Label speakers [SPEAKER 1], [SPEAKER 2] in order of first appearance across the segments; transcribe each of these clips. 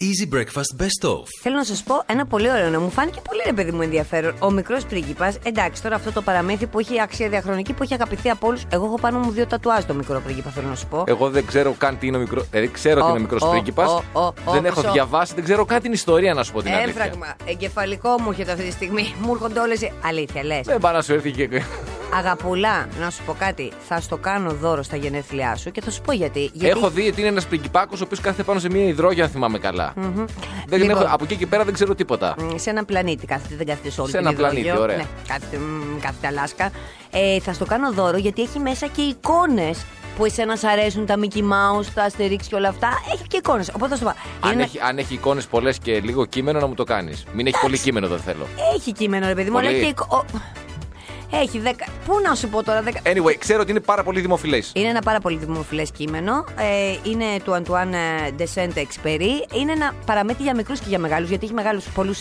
[SPEAKER 1] Easy Breakfast Best Of.
[SPEAKER 2] Θέλω να σας πω ένα πολύ ωραίο να μου φάνηκε πολύ ρε παιδί μου ενδιαφέρον. Ο μικρός πρίγκιπας, εντάξει τώρα αυτό το παραμύθι που έχει αξία διαχρονική, που έχει αγαπηθεί από όλους. Εγώ έχω πάνω μου δύο τατουάζ το μικρό πρίγκιπα, θέλω να σου πω.
[SPEAKER 3] Εγώ δεν ξέρω καν τι είναι ο μικρό. Δηλαδή, ξέρω
[SPEAKER 2] Ο,
[SPEAKER 3] ότι είναι μικρό
[SPEAKER 2] ο,
[SPEAKER 3] πρίγκιπα.
[SPEAKER 2] ο, ο, ο,
[SPEAKER 3] Δεν έχω
[SPEAKER 2] μισό.
[SPEAKER 3] διαβάσει, δεν ξέρω καν την ιστορία να σου πω την αλήθεια.
[SPEAKER 2] Έφραγμα, Ε, εγκεφαλικό μου έρχεται αυτή τη στιγμή. Μου έρχονται όλες. Αλήθεια, λες.
[SPEAKER 3] Δεν πάει Ε, να σου έρθει και.
[SPEAKER 2] Αγαπούλα, να σου πω κάτι. Θα στο κάνω δώρο στα γενέθλιά σου και θα σου πω γιατί. γιατί...
[SPEAKER 3] Έχω δει ότι είναι ένας πριγκιπάκος ο οποίος κάθεται πάνω σε μια υδρόγεια, αν θυμάμαι καλά. Δεν
[SPEAKER 2] Λοιπόν.
[SPEAKER 3] έχω- από εκεί και πέρα δεν ξέρω τίποτα.
[SPEAKER 2] Μ, Σε ένα πλανήτη κάθεται, δεν κάθεται σε όλη
[SPEAKER 3] Σε
[SPEAKER 2] την
[SPEAKER 3] ένα πλανήτη,
[SPEAKER 2] υδρόγειο.
[SPEAKER 3] ωραία.
[SPEAKER 2] Ναι, κάθεται, μ, κάθεται Αλάσκα. Ε, θα στο κάνω δώρο γιατί έχει μέσα και εικόνες που εσένα σ' αρέσουν τα Mickey Mouse, τα Asterix και όλα αυτά. Έχει και εικόνες. Οπότε θα στο πάω.
[SPEAKER 3] Αν έχει, αν έχει εικόνες πολλές και λίγο κείμενο, να μου το κάνεις. Μην έχει πολύ κείμενο, δεν θέλω.
[SPEAKER 2] έχει κείμενο, ρε παιδί μου, αλλά
[SPEAKER 3] Πολύ.
[SPEAKER 2] έχει και εικο- ο- Έχει δέκα. Πού να σου πω τώρα, δέκα.
[SPEAKER 3] Anyway, ξέρω ότι είναι πάρα πολύ δημοφιλές.
[SPEAKER 2] Είναι ένα πάρα πολύ δημοφιλές κείμενο. Ε, είναι του Αντουάν de Saint-Exupéry. Είναι ένα παραμύθι για μικρούς και για μεγάλους, γιατί έχει μεγάλους πολλούς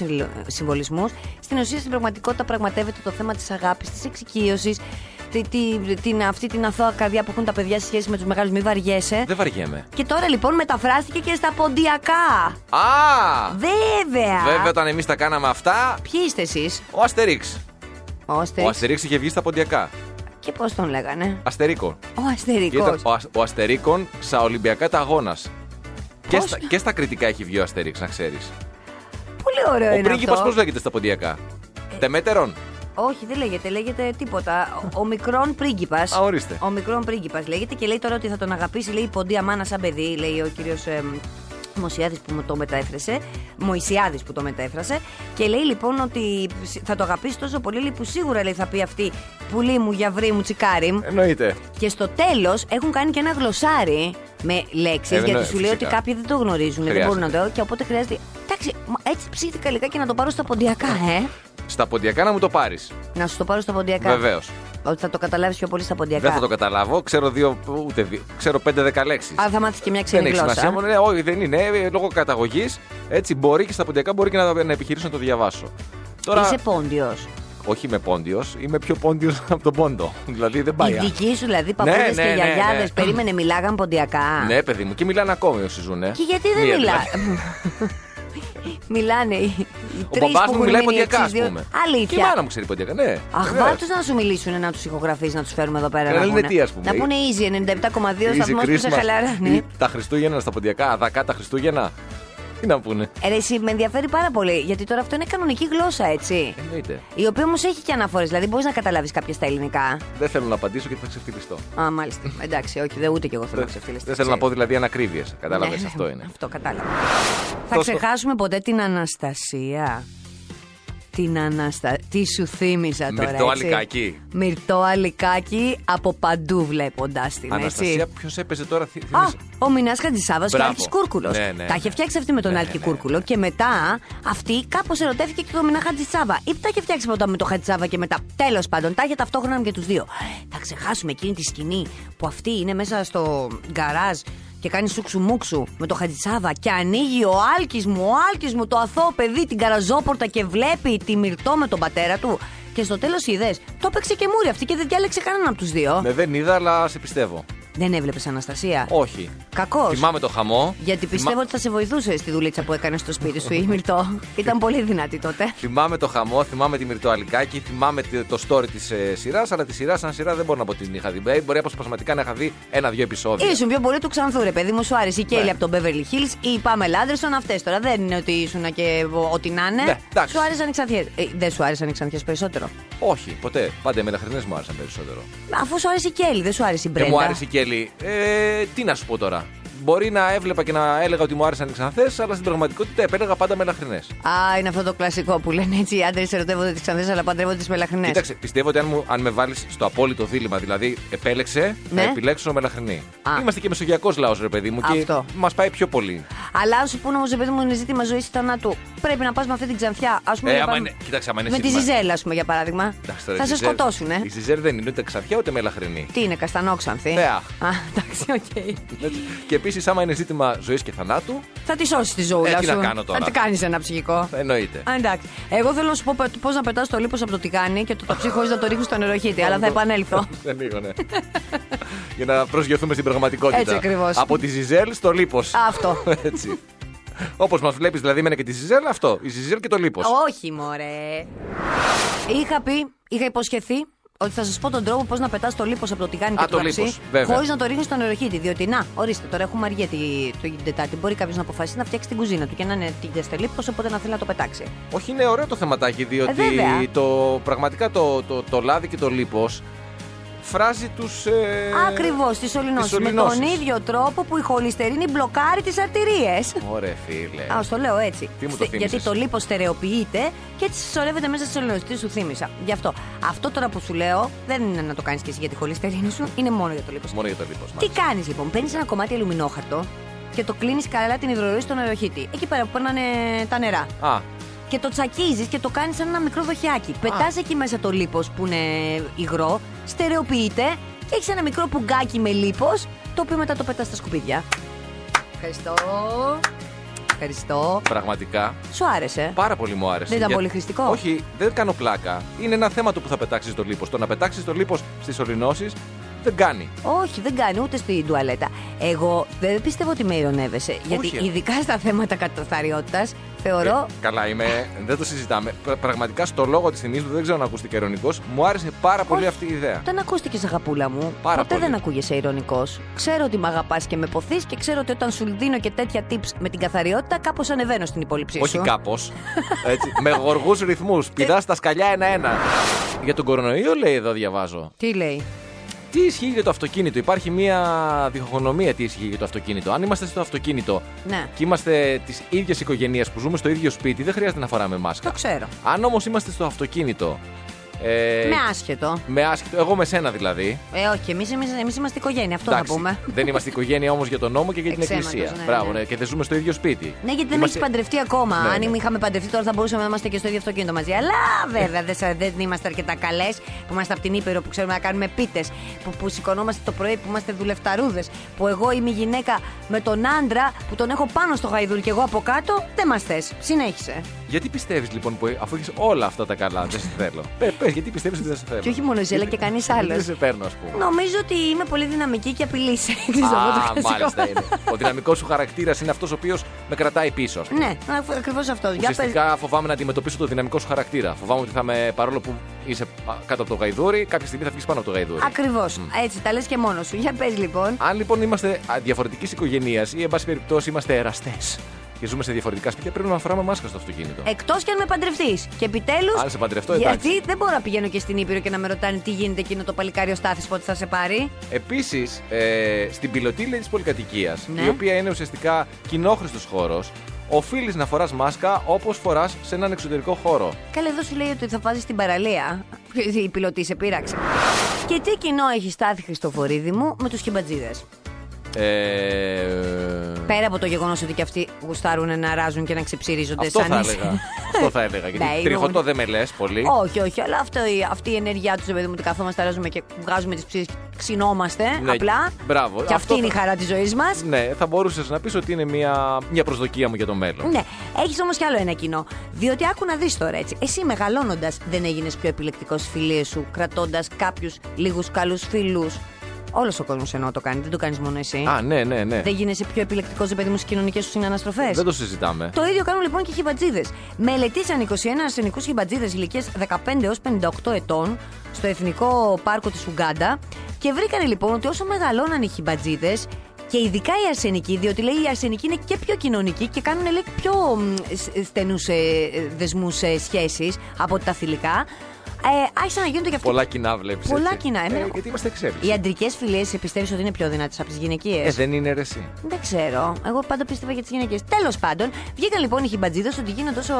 [SPEAKER 2] συμβολισμούς. Στην ουσία, στην πραγματικότητα, πραγματεύεται το θέμα της αγάπης, της εξοικείωσης, την, αυτή την αθώα καρδιά που έχουν τα παιδιά σε σχέση με τους μεγάλους. Μην βαριέσαι.
[SPEAKER 3] Δεν βαριέμαι.
[SPEAKER 2] Και τώρα λοιπόν μεταφράστηκε και στα ποντιακά.
[SPEAKER 3] Α!
[SPEAKER 2] Βέβαια!
[SPEAKER 3] Βέβαια, όταν εμείς τα κάναμε αυτά,
[SPEAKER 2] Ποιοι είστε εσείς,
[SPEAKER 3] ο Αστερίξ.
[SPEAKER 2] ο
[SPEAKER 3] Ο
[SPEAKER 2] Αστερίξ.
[SPEAKER 3] Αστερίξ είχε βγει στα ποντιακά.
[SPEAKER 2] Και πώς τον λέγανε.
[SPEAKER 3] Αστερίκο.
[SPEAKER 2] Ο
[SPEAKER 3] Και ήταν
[SPEAKER 2] Αστερικός.
[SPEAKER 3] ο, Ασ- ο Αστερίκον στα Ολυμπιακά τα αγώνας. Και,
[SPEAKER 2] Πώς?
[SPEAKER 3] στα- και στα κριτικά έχει βγει ο Αστερίξ, να ξέρεις.
[SPEAKER 2] Πολύ ωραίο
[SPEAKER 3] Ο
[SPEAKER 2] Ε, είναι
[SPEAKER 3] πρίγκιπας
[SPEAKER 2] αυτό. Ε.
[SPEAKER 3] πώς λέγεται στα ποντιακά. Τεμέτερον.
[SPEAKER 2] Όχι, δεν λέγεται, λέγεται τίποτα. Ο, ο μικρόν πρίγκιπας.
[SPEAKER 3] Α, ορίστε.
[SPEAKER 2] Ο μικρόν πρίγκιπας λέγεται και λέει τώρα ότι θα τον αγαπήσει, λέει η ποντία μάνα σαν παιδί, λέει ο κύριος Μωσιάδη που μου το μετέφρασε. Μωυσιάδης που το μετέφρασε. Και λέει λοιπόν ότι θα το αγαπήσει τόσο πολύ, λέει, που σίγουρα λέει, θα πει αυτή πουλή μου, γιαβρή μου, τσικάρι μου.
[SPEAKER 3] Εννοείται.
[SPEAKER 2] Και στο τέλος έχουν κάνει και ένα γλωσσάρι με λέξεις,
[SPEAKER 3] Ε,
[SPEAKER 2] γιατί
[SPEAKER 3] εννοεί,
[SPEAKER 2] σου λέει ότι
[SPEAKER 3] φυσικά.
[SPEAKER 2] κάποιοι δεν το γνωρίζουν, δεν
[SPEAKER 3] Χρειάζεται.
[SPEAKER 2] μπορούν να το. Και οπότε χρειάζεται. Εντάξει, μα έτσι ψήθηκα λιγάκι να το πάρω στα ποντιακά, ε.
[SPEAKER 3] Στα ποντιακά να μου το πάρεις.
[SPEAKER 2] Να σου το πάρω στα ποντιακά.
[SPEAKER 3] Βεβαίως.
[SPEAKER 2] Ότι θα το καταλάβεις πιο πολύ στα ποντιακά.
[SPEAKER 3] Δεν θα το καταλάβω. Ξέρω δύο, ούτε δύο. Ξέρω πέντε-δεκα λέξει.
[SPEAKER 2] Αλλά θα μάθεις και μια
[SPEAKER 3] Δεν
[SPEAKER 2] ξένη
[SPEAKER 3] έχει
[SPEAKER 2] γλώσσα.
[SPEAKER 3] σημασία. Μόνο, ναι, όχι, δεν είναι. Ε, Λόγω καταγωγής έτσι μπορεί και στα ποντιακά μπορεί και να, να επιχειρήσω να το διαβάσω. Τώρα,
[SPEAKER 2] Είσαι πόντιος.
[SPEAKER 3] όχι είμαι πόντιος, είμαι πιο πόντιος από τον πόντο. δηλαδή δεν
[SPEAKER 2] Οι
[SPEAKER 3] πάει. άλλο.
[SPEAKER 2] δικοί σου δηλαδή, παππούδες
[SPEAKER 3] Ναι, ναι,
[SPEAKER 2] και
[SPEAKER 3] ναι, ναι.
[SPEAKER 2] γιαγιάδες, περίμενε, μιλάγαν ποντιακά.
[SPEAKER 3] Ναι, παιδί μου, και μιλάνε ακόμη όσοι δηλαδή. ζουν.
[SPEAKER 2] Και γιατί δεν μιλάνε. μιλάνε οι, οι
[SPEAKER 3] Ο
[SPEAKER 2] τρεις που
[SPEAKER 3] μπαμπάς μου
[SPEAKER 2] έχουν
[SPEAKER 3] μιλάει
[SPEAKER 2] μείνει
[SPEAKER 3] ποντιακά, α
[SPEAKER 2] εξής, δύο-
[SPEAKER 3] πούμε. Και η
[SPEAKER 2] Αλήθεια.
[SPEAKER 3] μάνα μου ξέρει ποντιακά, ναι.
[SPEAKER 2] Αχ,
[SPEAKER 3] Βεβαίως.
[SPEAKER 2] βάλτε να σου μιλήσουν να τους ηχογραφείς, να τους φέρουμε εδώ πέρα.
[SPEAKER 3] Καλά,
[SPEAKER 2] να
[SPEAKER 3] λένε
[SPEAKER 2] πούνε.
[SPEAKER 3] τι, ας πούμε.
[SPEAKER 2] Να πούνε easy 97,2
[SPEAKER 3] Easy
[SPEAKER 2] σταθμό που σε
[SPEAKER 3] Christmas.
[SPEAKER 2] χαλαράνει.
[SPEAKER 3] Ή Τα Χριστούγεννα στα ποντιακά, αδακά τα Χριστούγεννα. Τι να πούνε.
[SPEAKER 2] Ε, ρε, εσύ, με ενδιαφέρει πάρα πολύ, γιατί τώρα αυτό είναι κανονική γλώσσα, έτσι.
[SPEAKER 3] Εννοείται.
[SPEAKER 2] Η οποία όμως έχει και αναφορές, δηλαδή μπορείς να καταλάβεις κάποια στα ελληνικά.
[SPEAKER 3] Δεν θέλω να απαντήσω γιατί θα ξεφτυλιστώ.
[SPEAKER 2] Α, μάλιστα. Εντάξει, όχι, δεν ούτε κι εγώ θέλω να ξεφτυλιστώ.
[SPEAKER 3] Δεν θέλω να
[SPEAKER 2] ξέρεις.
[SPEAKER 3] πω δηλαδή ανακρίβειες. Κατάλαβες,
[SPEAKER 2] Ναι,
[SPEAKER 3] αυτό είναι.
[SPEAKER 2] Αυτό κατάλαβα. Θα
[SPEAKER 3] Τόσο-
[SPEAKER 2] ξεχάσουμε ποτέ την Αναστασία. Την Αναστα... Τι σου θύμιζα τώρα.
[SPEAKER 3] Μυρτό
[SPEAKER 2] έτσι.
[SPEAKER 3] Αλικάκη.
[SPEAKER 2] Μυρτό αλικάκι από παντού βλέποντα την
[SPEAKER 3] Αναστασία,
[SPEAKER 2] έτσι.
[SPEAKER 3] ποιος έπαιζε τώρα. θυ-
[SPEAKER 2] Α,
[SPEAKER 3] θύμισε.
[SPEAKER 2] ο Μινάς Χατζησάβας και ο
[SPEAKER 3] Μπράβο.
[SPEAKER 2] Άλκη Κούρκουλος.
[SPEAKER 3] Ναι, ναι,
[SPEAKER 2] τα είχε
[SPEAKER 3] ναι.
[SPEAKER 2] φτιάξει αυτή με τον
[SPEAKER 3] Ναι,
[SPEAKER 2] Άλκη
[SPEAKER 3] ναι, ναι.
[SPEAKER 2] Κούρκουλο και μετά αυτή κάπως ερωτεύτηκε και τον Μινά Χατζησάβα. Ή τα είχε φτιάξει πρώτα με τον Χατζησάβα και μετά. Τέλος πάντων, τα είχε ταυτόχρονα και τους δύο. Θα ξεχάσουμε εκείνη τη σκηνή που αυτή είναι μέσα στο γκαράζ και κάνει σούξου μουξου με τον Χατζησάβα και ανοίγει ο Άλκης μου, ο Άλκης μου, το αθώο παιδί την καραζόπορτα και βλέπει τη μυρτό με τον πατέρα του. Και στο τέλος είδες, το έπαιξε και μούρι αυτή και δεν διάλεξε κανέναν από τους δύο.
[SPEAKER 3] Ναι, δεν είδα, αλλά σε πιστεύω.
[SPEAKER 2] Δεν έβλεπες Αναστασία.
[SPEAKER 3] Όχι.
[SPEAKER 2] Κακός.
[SPEAKER 3] Θυμάμαι το χαμό.
[SPEAKER 2] Γιατί
[SPEAKER 3] Θυμά-
[SPEAKER 2] πιστεύω ότι θα σε βοηθούσε στη δουλίτσα που έκανες στο σπίτι σου, η Μυρτό. Ήταν πολύ δυνατή τότε.
[SPEAKER 3] Θυμάμαι το χαμό, θυμάμαι τη Μυρτοαλικάκη, θυμάμαι τε- το story της ε, σειράς, αλλά τη σειρά σαν σειρά δεν μπορώ να πω ότι την είχα δει. Ε, Μπορεί αποσπασματικά να είχα δει ένα-δύο επεισόδια.
[SPEAKER 2] Ήσουν πιο πολύ του Ξανθού, ρε παιδί μου. Σου άρεσε η Κέιλι
[SPEAKER 3] Ναι.
[SPEAKER 2] από τον Beverly Hills ή η Πάμελ Άντερσον. Αυτές τώρα δεν είναι ότι ήσουν και ο- ό,τι να είναι.
[SPEAKER 3] Ναι, εντάξει.
[SPEAKER 2] σου άρεσαν οι ξανθιές. δεν σου άρεσαν οι ξανθιές περισσότερο.
[SPEAKER 3] Όχι, ποτέ. Πάντα οι μεταχρηνέ μου άρεσαν περισσότερο.
[SPEAKER 2] Αφού σου άρεσε η Κέιλι, δεν σου άρεσε η
[SPEAKER 3] Και
[SPEAKER 2] Μπρέντα.
[SPEAKER 3] μου άρεσε η Κέλλη. Ε, τι να σου πω τώρα. Μπορεί να έβλεπα και να έλεγα ότι μου άρεσαν οι ξανθές, αλλά στην πραγματικότητα επέλεγα πάντα μελαχρινέ.
[SPEAKER 2] Α, είναι αυτό το κλασικό που λένε έτσι. Οι άντρες ερωτεύονται τις ξανθές, αλλά παντρεύονται τις μελαχρινέ.
[SPEAKER 3] Κοίταξε, πιστεύω ότι αν, μου, αν με βάλεις στο απόλυτο δίλημα, δηλαδή επέλεξε,
[SPEAKER 2] Ναι.
[SPEAKER 3] θα επιλέξω μελαχρινή.
[SPEAKER 2] Α.
[SPEAKER 3] Είμαστε και μεσογειακός λαός, ρε παιδί μου, και
[SPEAKER 2] Αυτό.
[SPEAKER 3] μας πάει πιο πολύ.
[SPEAKER 2] Αλλά αν σου πούνε όμω, παιδί μου, είναι ζήτημα ζωής ή θανάτου. Πρέπει να πας με αυτή την ξανθιά. Ας πούμε.
[SPEAKER 3] Ε,
[SPEAKER 2] να
[SPEAKER 3] άμα
[SPEAKER 2] πάμε-
[SPEAKER 3] είναι- κοίταξε, άμα είναι
[SPEAKER 2] με τη
[SPEAKER 3] ζήτημα-
[SPEAKER 2] Ζιζέλα, ας πούμε, για παράδειγμα.
[SPEAKER 3] Εντάξει, τώρα,
[SPEAKER 2] θα
[SPEAKER 3] η
[SPEAKER 2] σε
[SPEAKER 3] Ζιζέρ-
[SPEAKER 2] σκοτώσουν, ε.
[SPEAKER 3] Η Ζιζέρ δεν είναι ούτε ξαφιά ούτε μελαχρινή.
[SPEAKER 2] Τι είναι, καστανόξανθη.
[SPEAKER 3] Ναι,
[SPEAKER 2] Α,
[SPEAKER 3] αχ.
[SPEAKER 2] εντάξει, οκ.
[SPEAKER 3] Έτσι. και επίσης, άμα είναι ζήτημα ζωής και θανάτου,
[SPEAKER 2] Θα τη σώσεις τη ζωούλα
[SPEAKER 3] Ε, τι
[SPEAKER 2] σου.
[SPEAKER 3] να κάνω τώρα. Ε.
[SPEAKER 2] Θα τη κάνεις ένα ψυχικό.
[SPEAKER 3] εννοείται.
[SPEAKER 2] Α, εντάξει. Εγώ θέλω να σου πω πώς να πετάς το λίπος από το τηγάνι και το ταψί χωρί να το ρίχνεις στο νεροχύτη, αλλά θα επανέλθω.
[SPEAKER 3] Δεν λίγο, ναι. Για να προσγειωθούμε στην πραγματικότητα.
[SPEAKER 2] Έτσι ακριβώς.
[SPEAKER 3] Από τη Ζιζέλ στο λίπος.
[SPEAKER 2] Αυτό.
[SPEAKER 3] Έτσι. Όπως μας βλέπεις δηλαδή, εμένα και τη Ζιζέλ, αυτό. Η Ζιζέλ και το λίπος.
[SPEAKER 2] Όχι, μωρέ. Είχα πει, είχα υποσχεθεί ότι θα σας πω τον τρόπο πώς να πετάς το λίπος από το τηγάνι
[SPEAKER 3] Α,
[SPEAKER 2] και
[SPEAKER 3] το
[SPEAKER 2] το ψή
[SPEAKER 3] λίπος, βέβαια.
[SPEAKER 2] χωρίς να το ρίχνεις στο νεροχύτη. Διότι να, ορίστε, τώρα έχουμε αργία τη, το, την Τετάρτη. Μπορεί κάποιος να αποφασίσει να φτιάξει την κουζίνα του και να είναι τηγιαστέ λίπος, οπότε να θέλει να το πετάξει.
[SPEAKER 3] Όχι, είναι ωραίο το θεματάκι, διότι
[SPEAKER 2] βέβαια.
[SPEAKER 3] το, πραγματικά το, το, το λάδι και το λίπος φράζει τους. Ε...
[SPEAKER 2] Ακριβώς τη
[SPEAKER 3] τις
[SPEAKER 2] σωληνώσεις. Με
[SPEAKER 3] σωληνώσεις.
[SPEAKER 2] τον ίδιο τρόπο που η χολυστερίνη μπλοκάρει τις αρτηρίες.
[SPEAKER 3] Ωραία, φίλε.
[SPEAKER 2] Α, το λέω έτσι.
[SPEAKER 3] Τι μου το
[SPEAKER 2] Στε-
[SPEAKER 3] θύμισες.
[SPEAKER 2] Γιατί το λίπος στερεοποιείται και έτσι συσσωρεύεται μέσα στις ολονιστή σου θύμισα. Γι' αυτό. Αυτό τώρα που σου λέω δεν είναι να το κάνεις και εσύ για τη χολυστερίνη σου, είναι μόνο για το λίπος.
[SPEAKER 3] Μόνο για το λίπος.
[SPEAKER 2] Τι κάνεις λοιπόν, παίρνεις ένα κομμάτι αλουμινόχαρτο και το κλείνεις καλά την υδροροή στον αεροχύτη. Εκεί πέρα που παίρνανε τα νερά.
[SPEAKER 3] Α,
[SPEAKER 2] Και το τσακίζεις και το κάνεις σαν ένα μικρό δοχιάκι. Πετάς εκεί μέσα το λίπος που είναι υγρό, στερεοποιείται και έχεις ένα μικρό πουγκάκι με λίπος, το οποίο μετά το πετάς στα σκουπίδια. Ευχαριστώ. Ευχαριστώ.
[SPEAKER 3] πραγματικά.
[SPEAKER 2] Σου άρεσε.
[SPEAKER 3] Πάρα πολύ μου άρεσε.
[SPEAKER 2] Δεν ήταν
[SPEAKER 3] Για-
[SPEAKER 2] πολύ χρηστικό?
[SPEAKER 3] Όχι, δεν κάνω πλάκα. Είναι ένα θέμα το που θα πετάξεις το λίπος. Το να πετάξεις το λίπος στις ορεινώσει δεν κάνει.
[SPEAKER 2] Όχι, δεν κάνει ούτε στην τουαλέτα. Εγώ δεν πιστεύω ότι με ηρωνεύεσαι. Γιατί
[SPEAKER 3] Όχι.
[SPEAKER 2] ειδικά στα θέματα καθαριότητα θεωρώ.
[SPEAKER 3] Ε, καλά, είμαι. δεν το συζητάμε. Πρα- πραγματικά στο λόγο της θυμή μου, δεν ξέρω αν ακούστηκε ειρωνικός, μου άρεσε πάρα πολύ
[SPEAKER 2] Όχι.
[SPEAKER 3] αυτή η ιδέα.
[SPEAKER 2] Δεν ακούστηκες, αγαπούλα μου.
[SPEAKER 3] Πάρα
[SPEAKER 2] Ποτέ
[SPEAKER 3] πολύ.
[SPEAKER 2] δεν ακούγεσαι ηρωνικό. Ξέρω ότι με αγαπάς και με ποθείς και ξέρω ότι όταν σου δίνω και τέτοια tips με την καθαριότητα, κάπως ανεβαίνω στην υπόλοιψή σου.
[SPEAKER 3] Όχι κάπω. με γοργούς ρυθμούς.
[SPEAKER 2] Ε.
[SPEAKER 3] Πηδάς τα σκαλιά ένα-ένα. Για τον κορονοϊό, λέει εδώ, διαβάζω.
[SPEAKER 2] Τι λέει.
[SPEAKER 3] Τι ισχύει για το αυτοκίνητο. Υπάρχει μία διχογνωμία τι ισχύει για το αυτοκίνητο. Αν είμαστε στο αυτοκίνητο
[SPEAKER 2] Ναι.
[SPEAKER 3] και είμαστε της ίδιας οικογένειας που ζούμε στο ίδιο σπίτι, δεν χρειάζεται να φοράμε
[SPEAKER 2] Το
[SPEAKER 3] μάσκα.
[SPEAKER 2] ξέρω.
[SPEAKER 3] Αν όμως είμαστε στο αυτοκίνητο. Ε,
[SPEAKER 2] Με άσχετο.
[SPEAKER 3] με άσχετο, εγώ με σένα δηλαδή.
[SPEAKER 2] Ε, όχι, εμείς εμείς, εμείς είμαστε οικογένεια, αυτό
[SPEAKER 3] Εντάξει,
[SPEAKER 2] να πούμε.
[SPEAKER 3] Δεν είμαστε οικογένεια όμως για τον νόμο και για την
[SPEAKER 2] Εξαίματος,
[SPEAKER 3] εκκλησία.
[SPEAKER 2] ναι,
[SPEAKER 3] Μπράβο,
[SPEAKER 2] ναι.
[SPEAKER 3] ναι, και δεν ζούμε στο ίδιο σπίτι.
[SPEAKER 2] Ναι, γιατί δεν με
[SPEAKER 3] Είμαστε-
[SPEAKER 2] έχει παντρευτεί ακόμα.
[SPEAKER 3] Ναι,
[SPEAKER 2] Αν
[SPEAKER 3] ναι.
[SPEAKER 2] είχαμε παντρευτεί τώρα θα μπορούσαμε να είμαστε και στο ίδιο αυτοκίνητο μαζί. Αλλά βέβαια δεν, σα- δεν είμαστε αρκετά καλές που είμαστε από την Ήπειρο που ξέρουμε να κάνουμε πίτες, που, που σηκωνόμαστε το πρωί, που είμαστε δουλευταρούδες. Που εγώ είμαι η γυναίκα με τον άντρα που τον έχω πάνω στο γαϊδούρι και εγώ από κάτω. Δεν μας θες. Συνέχισε.
[SPEAKER 3] Γιατί πιστεύεις λοιπόν που αφού έχεις όλα αυτά τα καλά, δεν σε θέλω. Πε, πες, γιατί πιστεύεις ότι δεν σε θέλω.
[SPEAKER 2] Και όχι μόνο εσύ, αλλά και
[SPEAKER 3] Γιατί-
[SPEAKER 2] κανείς
[SPEAKER 3] γιατί
[SPEAKER 2] άλλος.
[SPEAKER 3] Δεν σε παίρνω, ας πούμε.
[SPEAKER 2] Νομίζω ότι είμαι πολύ δυναμική και απειλή. Ξέρεις, αυτό το
[SPEAKER 3] Α,
[SPEAKER 2] κλασικό.
[SPEAKER 3] μάλιστα είναι. Ο δυναμικός σου χαρακτήρας είναι αυτός ο οποίος με κρατάει πίσω. ας πούμε.
[SPEAKER 2] Ναι, ακριβώς αυτό. Για πες.
[SPEAKER 3] Ουσιαστικά φοβάμαι να αντιμετωπίσω το δυναμικό σου χαρακτήρα. Φοβάμαι ότι θα με, παρόλο που είσαι α, κάτω από το γαϊδούρι, κάποια στιγμή θα βγεις πάνω από το γαϊδούρι.
[SPEAKER 2] Ακριβώς. Έτσι, τα λες και μόνος σου. Για πες λοιπόν.
[SPEAKER 3] Αν λοιπόν είμαστε διαφορετικής οικογένειας ή, εν πάση περιπτώσει, είμαστε εραστές και ζούμε σε διαφορετικά σπίτια, πρέπει να φοράμε μάσκα στο αυτοκίνητο.
[SPEAKER 2] Εκτός και αν με παντρευτείς. Και επιτέλους.
[SPEAKER 3] Αν σε παντρευτώ,
[SPEAKER 2] Γιατί
[SPEAKER 3] εντάξει.
[SPEAKER 2] δεν μπορώ να πηγαίνω και στην Ήπειρο και να με ρωτάνε τι γίνεται εκείνο το παλικάριο στάθης πότε θα σε πάρει.
[SPEAKER 3] Επίσης, ε, στην πιλωτήλη της πολυκατοικίας,
[SPEAKER 2] Ναι.
[SPEAKER 3] η οποία είναι ουσιαστικά κοινόχρηστος χώρος, οφείλεις να φοράς μάσκα όπως φοράς σε έναν εξωτερικό χώρο.
[SPEAKER 2] Καλά, εδώ σου λέει ότι θα βάζει στην παραλία. Η πιλωτή σε πείραξε. Και τι κοινό έχει στάθη Χριστοφορίδη μου με τους χιμπατζίδες.
[SPEAKER 3] Ε,
[SPEAKER 2] Πέρα από το γεγονός ότι και αυτοί γουστάρουν να ράζουν και να ξεψυρίζονται
[SPEAKER 3] αυτό
[SPEAKER 2] σαν
[SPEAKER 3] θα
[SPEAKER 2] ίσοι.
[SPEAKER 3] έλεγα. αυτό θα έλεγα.
[SPEAKER 2] Ναι,
[SPEAKER 3] Γιατί
[SPEAKER 2] είναι
[SPEAKER 3] τριχωτό
[SPEAKER 2] γον-
[SPEAKER 3] δεν με λες πολύ.
[SPEAKER 2] Όχι, όχι, αλλά αυτό, η- αυτή η ενέργειά τους, παιδί μου, ότι καθόμαστε, αράζουμε και βγάζουμε τις ψήσει, ξυνόμαστε
[SPEAKER 3] Ναι,
[SPEAKER 2] απλά.
[SPEAKER 3] μπράβο.
[SPEAKER 2] Και
[SPEAKER 3] Αυτό
[SPEAKER 2] αυτή είναι η
[SPEAKER 3] θα-
[SPEAKER 2] χαρά της ζωής μας.
[SPEAKER 3] Ναι, θα μπορούσες να πεις ότι είναι μια, μια προσδοκία μου για το μέλλον.
[SPEAKER 2] Ναι, έχεις όμως κι άλλο ένα κοινό. Διότι άκου να δεις τώρα έτσι. Εσύ μεγαλώνοντας δεν έγινες πιο επιλεκτικός στι φιλίες σου, κρατώντας κάποιους λίγους καλούς φίλου. Όλος ο κόσμος εννοώ το κάνει, δεν το κάνεις μόνο εσύ.
[SPEAKER 3] Α, ναι, ναι, ναι.
[SPEAKER 2] Δεν γίνεσαι πιο επιλεκτικός, ρε παιδί μου, στις κοινωνικές σου συναναστροφές.
[SPEAKER 3] Δεν το συζητάμε.
[SPEAKER 2] Το ίδιο κάνουν λοιπόν και οι χιμπατζίδες. Μελετήσαν 21 αρσενικού χιμπατζίδες ηλικίας 15 έω 58 ετών στο Εθνικό Πάρκο της Ουγκάντα και βρήκαν λοιπόν ότι όσο μεγαλώναν οι χιμπατζίδες και ειδικά οι αρσενικοί, διότι λέει οι αρσενικοί είναι και πιο κοινωνικοί και κάνουν λέει, πιο στενού δεσμού σχέσει ε, από τα θηλυκά. Ε, άρχισαν να γίνονται και αυτοί.
[SPEAKER 3] Πολλά κοινά βλέπεις.
[SPEAKER 2] Πολλά κοινά, εμένα-
[SPEAKER 3] γιατί είμαστε εξέλιξοι.
[SPEAKER 2] Οι αντρικές φιλίες πιστεύει ότι είναι πιο δυνατές από τις γυναικείες.
[SPEAKER 3] Ε, δεν είναι ρε εσύ.
[SPEAKER 2] Δεν ξέρω. Εγώ πάντα πίστευα για τις γυναίκε. Τέλος πάντων, βγήκαν λοιπόν οι χιμπατζίδες ότι γίνονται όσο